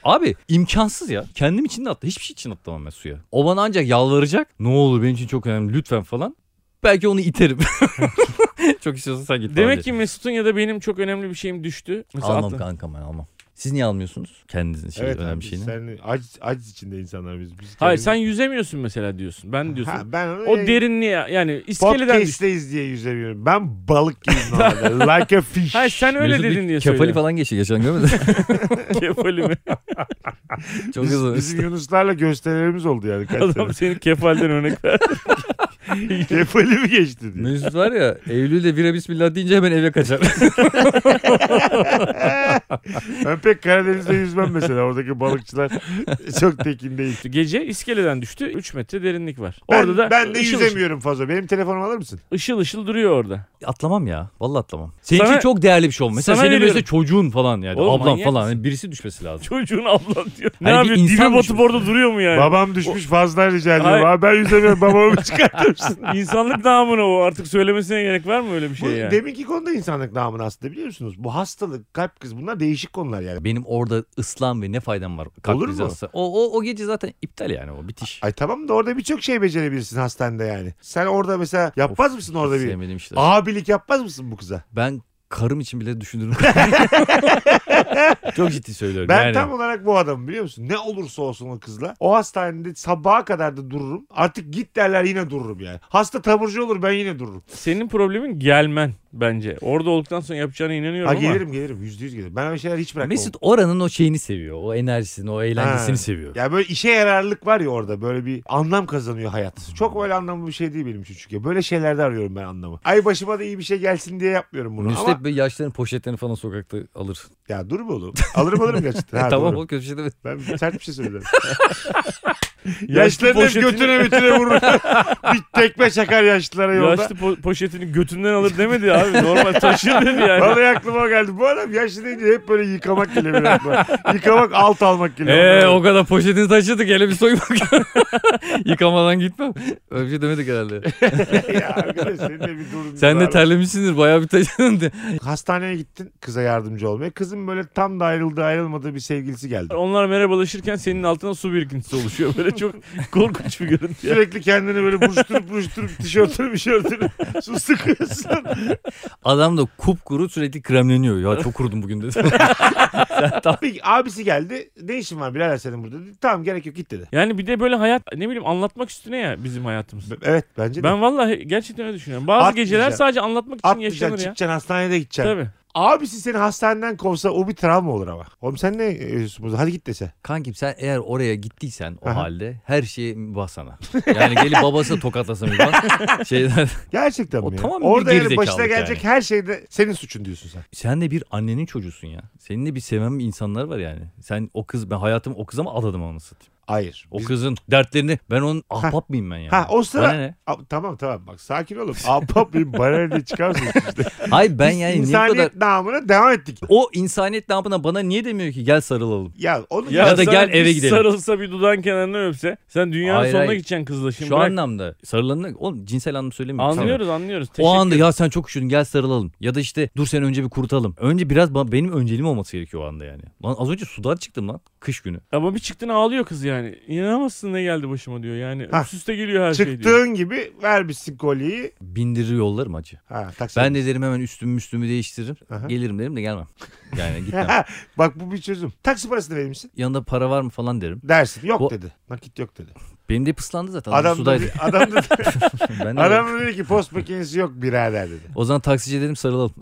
Abi imkansız ya. Kendim için de atla. Hiçbir şey için atlamam ben suya. O bana ancak yalvaracak. Ne olur benim için çok önemli lütfen falan. Belki onu iterim. çok istiyorsan sen git. falan diye.
Demek ki Mesut'un ya da benim çok önemli bir şeyim düştü. Mesela
Almam
atla.
kankam ben almam. Siz niye almıyorsunuz? Kendinizin şey,
evet.
önemli
Önemli
şeyini.
Sen aciz, aciz içinde insanlar biz. biz
Hayır
kendimiz-
sen yüzemiyorsun mesela diyorsun. Ben diyorsun.
Ha, ben onu
o
e,
derinliğe yani iskeleden düştü.
Podcast'teyiz diye yüzemiyorum. Ben balık gibiyim normalde. like a fish.
Hayır sen öyle
Mesut bir
dedin diye
Kefali
söylüyorum.
falan geçiyor geçen görmedin mi?
Kefali mi?
Çok
Biz-
hızlı.
bizim Yunuslarla gösterilerimiz oldu yani. Kaç sene.
Adam senin kefalden örnek verdi.
Kefali mi geçti diye.
Mesut var ya Eylül'de bira bismillah deyince hemen eve kaçar.
ben pek Karadeniz'de yüzmem mesela. Oradaki balıkçılar çok tekin değil.
Gece iskeleden düştü. 3 metre derinlik var.
Ben,
Orada da
ben de
ışıl ışıl,
yüzemiyorum fazla. Benim telefonumu alır mısın?
ışıl ışıl duruyor orada.
atlamam ya. Vallahi atlamam. Senin
Sana-
için çok değerli bir şey olmuş. Mesela
sana
senin
veriyorum.
mesela çocuğun falan yani.
Oğlum
ablan
manyak
falan.
mısın?
Yani birisi düşmesi lazım.
Çocuğun ablan diyor. Ne
Hayır, bir
yapıyor? Dibe
insan
batıp
düşmüş.
orada duruyor mu yani?
Babam düşmüş fazla rica ediyorum.
Hayır.
Abi ben yüzemiyorum. Babamı çıkartır mısın?
İnsanlık namına o artık söylemesine gerek var mı öyle bir
Bu
şey yani?
deminki konuda insanlık namını aslında biliyor musunuz? Bu hastalık, kalp krizi bunlar değişik konular yani.
Benim orada ıslan ve ne faydam var? Kalp
Olur
krizi
mu?
hastası. O, o, o gece zaten iptal yani o bitiş.
Ay tamam da orada birçok şey becerebilirsin hastanede yani. Sen orada mesela yapmaz
Of,
mısın orada
hiç
bir
Sevmediğim işler.
abilik yapmaz mısın bu kıza?
Ben karım için bile düşünürüm. çok ciddi söylüyorum.
Ben
yani.
tam olarak bu adamım biliyor musun? Ne olursa olsun o kızla. O hastanede sabaha kadar da dururum. Artık git derler yine dururum yani. Hasta taburcu olur ben yine dururum.
Senin problemin gelmen bence. Orada olduktan sonra yapacağına inanıyorum
Ha,
ama.
gelirim gelirim yüzde yüz gelirim. Ben öyle şeyler hiç bırakmam.
Mesut oranın o şeyini seviyor. O enerjisini, o eğlencesini
Ha.
seviyor.
Ya böyle işe yararlılık var ya orada böyle bir anlam kazanıyor hayat. Çok öyle anlamlı bir şey değil benim için çünkü. Böyle şeylerde arıyorum ben anlamı. Ay başıma da iyi bir şey gelsin diye yapmıyorum bunu
Mesut
ama
hep böyle yaşların poşetlerini falan sokakta alır.
ya dur be oğlum. Alırım alırım gerçekten. Ha,
tamam
doğru.
o kötü bir şey demedim.
Ben sert bir şey söyledim.
Yaşlı
Yaşlıların hep
poşetini-
götüne götüne vurur. bir tekme çakar yaşlılara yolda.
Yaşlı po- poşetini götünden alır demedi abi. Normal taşır dedi yani.
Vallahi aklıma o geldi. Bu adam yaşlı deyince hep böyle yıkamak geliyor benim aklıma. Yıkamak alt almak geliyor.
Eee Ee, o kadar poşetini taşıdık hele bir soymak. Yıkamadan gitmem. Öyle bir şey demedik herhalde.
ya arkadaş senin de bir durun.
Sen de
Abi.
terlemişsindir bayağı bir taşıdın. de.
Hastaneye gittin kıza yardımcı olmaya. Kızın böyle tam da ayrıldığı ayrılmadığı bir sevgilisi geldi.
Onlar merhabalaşırken senin altına su birikintisi oluşuyor. Böyle çok korkunç bir görüntü.
Sürekli kendini böyle buruşturup buruşturup tişörtünü mişörtünü su sıkıyorsun.
Adam da kupkuru sürekli kremleniyor. Ya çok kurudum bugün dedi.
Peki abisi geldi. Ne işin var birader senin burada? Dedi, tamam gerek yok git dedi.
Yani bir de böyle hayat ne bileyim anlatmak üstüne ya bizim hayatımız.
B- Evet bence de.
Ben vallahi gerçekten öyle düşünüyorum. Bazı geceler
Atmayacaksın.
sadece anlatmak için
Atmayacaksın
yaşanır ya.
çıkacaksın hastanede gideceksin.
Tabii.
Abisi seni hastaneden kovsa o bir travma olur ama. Oğlum sen ne yapıyorsun burada? Hadi git dese.
Kankim sen eğer oraya gittiysen o
Aha.
halde her şeye mübah sana. Yani gelip babası tokatlasa mübah. Şeyden,
Gerçekten
O
mi? ya?
tamamen bir
Orada yani
gerizekalık
başına gelecek her şeyde senin suçun diyorsun sen.
sen de bir annenin çocuğusun ya. Senin de bir sevmem insanlar var yani. Sen o kız ben hayatımı o kıza mı adadım onu satayım.
Hayır.
O
Biz-
kızın dertlerini ben onun ahbap mıyım ben yani.
Ha, o sıra-
Bana ne?
A- tamam tamam bak sakin olun. Ahbap bir bana ne çıkarsın işte.
Hayır ben
Biz
yani niye bu kadar...
insaniyet namına devam ettik.
O insaniyet namına bana niye demiyor ki gel sarılalım.
Ya onu
Ya da
sana
gel
bir
eve gidelim.
Sarılsa bir dudağın kenarından öpse. Sen dünyanın
Hayır,
sonuna
hayır.
gideceksin kızla şimdi.
Şu
bırak.
anlamda sarılanın oğlum cinsel anlamı söylemiyorum.
Anlıyoruz anlıyoruz.
O
Teşekkür-
anda ya sen çok üşüdün gel sarılalım. Ya da işte dur sen önce bir kurutalım. Önce biraz ba- benim önceliğim olması gerekiyor o anda yani. Lan az önce sudan çıktım lan kış günü.
Ama bir çıktın ağlıyor kız yani. İnanamazsın ne geldi başıma diyor yani.
Ha.
Üst üste geliyor her şey diyor.
çıktığın gibi vermişsin kolyeyi.
Bindirir yollarım acı.
Ha, taksi.
Ben de derim hemen üstümü üstümü değiştiririm.
Aha.
Gelirim derim de gelmem. Yani gitmem.
Bak bu bir çözüm. Taksi parasını verir misin?
Yanında para var mı falan derim.
Dersin. Yok
Bu-
dedi. Nakit yok dedi.
Benim de pıslandı zaten. Adam
Adam da,
sudaydı.
dedi- adam da,
ben de
adam da dedi ki post makinesi yok birader dedi.
O zaman taksiciye dedim sarılalım.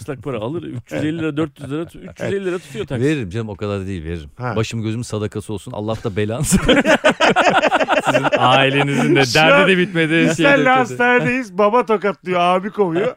Islak para alır 350 lira 400 lira tu- 350 lira tutuyor taksi.
veririm canım o kadar da değil veririm.
Ha.
Başım gözüm sadakası olsun. Allah da belanı. Sizin ailenizin de
Şu an
derdi de bitmedi.
Şey
Biz senle hastanedeyiz. Baba tokatlıyor. Abi kovuyor.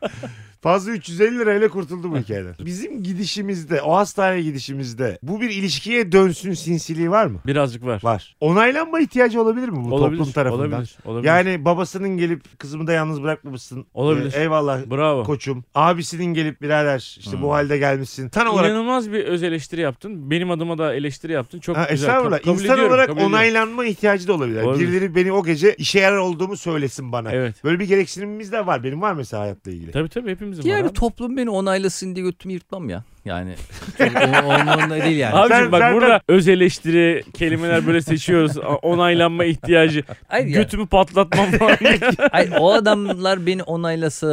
Fazla 350 lirayla kurtuldu bu hikayeden. Bizim gidişimizde, o hastaneye gidişimizde bu bir ilişkiye dönsün sinsiliği var mı?
Birazcık var.
Var. Onaylanma ihtiyacı olabilir mi bu
olabilir,
toplum tarafından?
Olabilir. Olabilir.
Yani babasının gelip kızımı da yalnız bırakmamışsın.
Olabilir.
Ee, eyvallah
Bravo.
koçum. Abisinin gelip birader işte
Hmm.
bu halde gelmişsin. Tan olarak
İnanılmaz bir öz eleştiri yaptın. Benim adıma da eleştiri yaptın. Çok
Ha,
güzel.
estağfurullah.
Kab- kabul
İnsan
ediyorum,
olarak
kabul ediyorum.
onaylanma ihtiyacı da olabilir.
Olabilir.
Birileri beni o gece işe yarar olduğumu söylesin bana.
Evet.
Böyle bir gereksinimimiz de var. Benim var mesela hayatla ilgili.
Tabii tabii hepimizin var.
Yani
abi.
toplum beni onaylasın diye götümü yırtmam ya. Yani çok o- onunla değil yani.
Abicim
Sen-
bak
sen-
burada öz eleştiri kelimeler böyle seçiyoruz. A- Onaylanma ihtiyacı.
Hayır, ya.
Götümü patlatmam falan.
Hayır, o adamlar beni onaylasa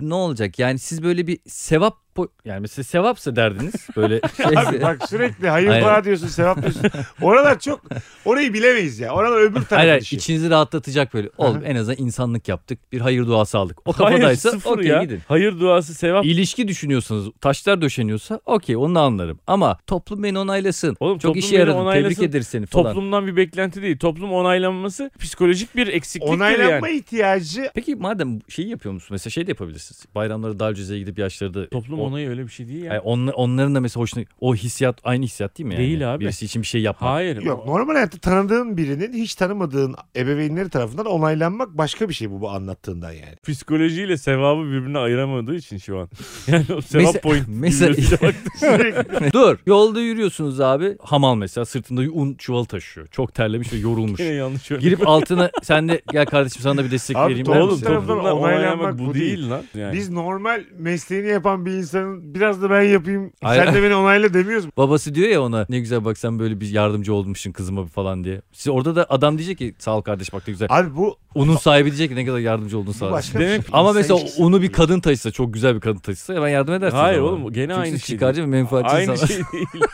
ne olacak? Yani siz böyle bir sevap po- yani mesela sevapsa derdiniz böyle şey-
Abi
şeyse.
bak sürekli hayır
Aynen.
bana diyorsun sevap diyorsun. Oralar çok orayı bilemeyiz ya. Oralar öbür
Hayır,
tarafı
hayır,
işi.
içinizi rahatlatacak böyle. Oğlum en azından insanlık yaptık. Bir hayır duası aldık. O
Hayır
kafadaysa
sıfır
okey
ya.
gidin.
Hayır duası sevap.
İlişki düşünüyorsanız taşlar döşeniyorsa okey onu anlarım. Ama toplum beni onaylasın.
Oğlum,
Çok
toplum
işe
beni
yaradın.
onaylasın.
Tebrik ederiz seni falan.
Toplumdan bir beklenti değil. Toplum onaylanması psikolojik bir eksikliktir
Onaylanma
yani.
ihtiyacı
Peki madem şeyi yapıyor musun? Mesela şey de yapabilirsiniz. Bayramları daha cüzeye gidip yaşlarda...
Toplum
O-
onayı öyle bir şey değil ya.
Yani onla- onların da mesela hoşuna... O hissiyat aynı hissiyat değil mi yani?
Değil abi.
Birisi için bir şey yapmak.
Hayır.
yok.
o-
Normal hayatta tanıdığın birinin hiç tanımadığın ebeveynleri tarafından onaylanmak başka bir şey bu bu anlattığından yani.
Psikolojiyle sevabı birbirine ayıramadığı için şu an. Yani o sevap
Mesela-
point.
mesela-
bilmiyorum. Bak,
Sürekli.
Dur. Yolda yürüyorsunuz abi. Hamal mesela sırtında un çuvalı taşıyor. Çok terlemiş ve yorulmuş.
yine yanlış öyle.
Girip altına sen de gel kardeşim sana da bir destek
Abi
vereyim. der
toplum
Oğlum
misin?
tarafından
toplumdan onaylanmak
onaylanmak
bu
bu
değil lan. Yani.
Biz normal mesleğini yapan bir insanın biraz da ben yapayım
Hayır.
sen de beni onayla demiyoruz mu?
Babası diyor ya ona ne güzel bak sen böyle bir yardımcı olmuşsun kızıma falan diye. Siz orada da adam diyecek ki sağ ol kardeş bak ne güzel.
Abi bu,
Unun sahibi diyecek ki ne kadar yardımcı oldun sağ
bu
ol.
başka
Demek-
bir şey.
Ama
İnsan
mesela
ilişkisi.
onu bir kadın taşısa çok güzel bir kadın taşısa hemen yardım edersiniz.
Hayır
ama.
oğlum gene
Çünkü
aynı
siz
şey.
çıkarcı ve menfaatçi
Aynı
insanlar.
şey değil.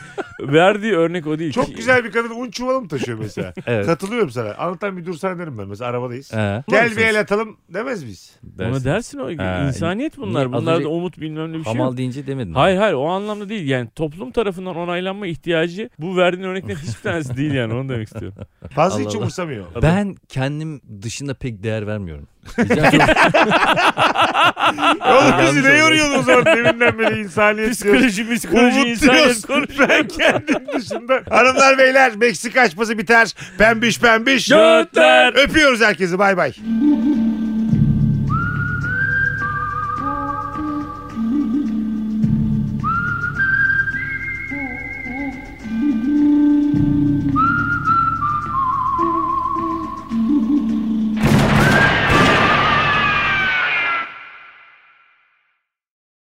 Verdiği örnek o değil.
Çok
Ki-
güzel bir kadın un çuvalı mı taşıyor mesela?
Evet.
Katılıyorum sana. Anlatan bir dursana derim ben mesela arabadayız.
He.
Gel bir el atalım demez miyiz?
Ona
Dersin.
dersin o.
Ha,
İnsaniyet bunlar.
niye- az
Bunlarda
önce-
umut bilmem ne bir şey yok.
Hamal deyince demedin.
Hayır hayır o anlamda değil. Yani toplum tarafından onaylanma ihtiyacı bu verdiğin örneklerin hiçbir tanesi değil yani onu demek istiyorum.
Fazla
Allah
hiç
Allah.
umursamıyor.
Ben kendim dışında pek değer vermiyorum. Diyeceğim ki,
Oğlum bizi ne
Yalnız
yoruyorsun o zaman deminden beri insaniyet diyoruz.
psikoloji psikoloji
Umut
insaniyet
diyoruz.
konuş.
Ben kendim dışında. Hanımlar beyler Meksika açması biter. Pembiş pembiş.
Götler.
Öpüyoruz herkesi bay bay.